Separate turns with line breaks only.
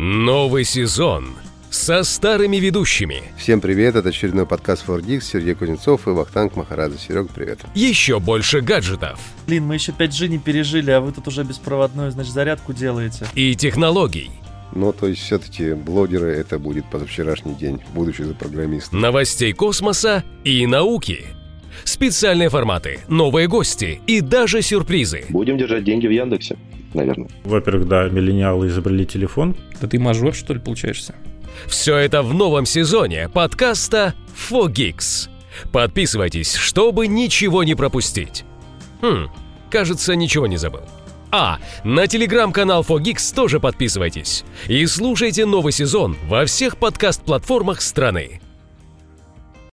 Новый сезон со старыми ведущими.
Всем привет, это очередной подкаст Фордикс, Сергей Кузнецов и Вахтанг Махарадзе. Серег, привет.
Еще больше гаджетов
Блин, мы еще 5G не пережили, а вы тут уже беспроводную, значит, зарядку делаете.
и технологий.
Ну, то есть, все-таки блогеры это будет позавчерашний день, будучи за программистом.
новостей космоса и науки. Специальные форматы, новые гости и даже сюрпризы.
Будем держать деньги в Яндексе, наверное.
Во-первых, да, миллениалы изобрели телефон.
Да ты мажор, что ли, получаешься?
Все это в новом сезоне подкаста Фогикс. Подписывайтесь, чтобы ничего не пропустить. Хм, кажется, ничего не забыл. А, на телеграм-канал Фогикс тоже подписывайтесь. И слушайте новый сезон во всех подкаст-платформах страны.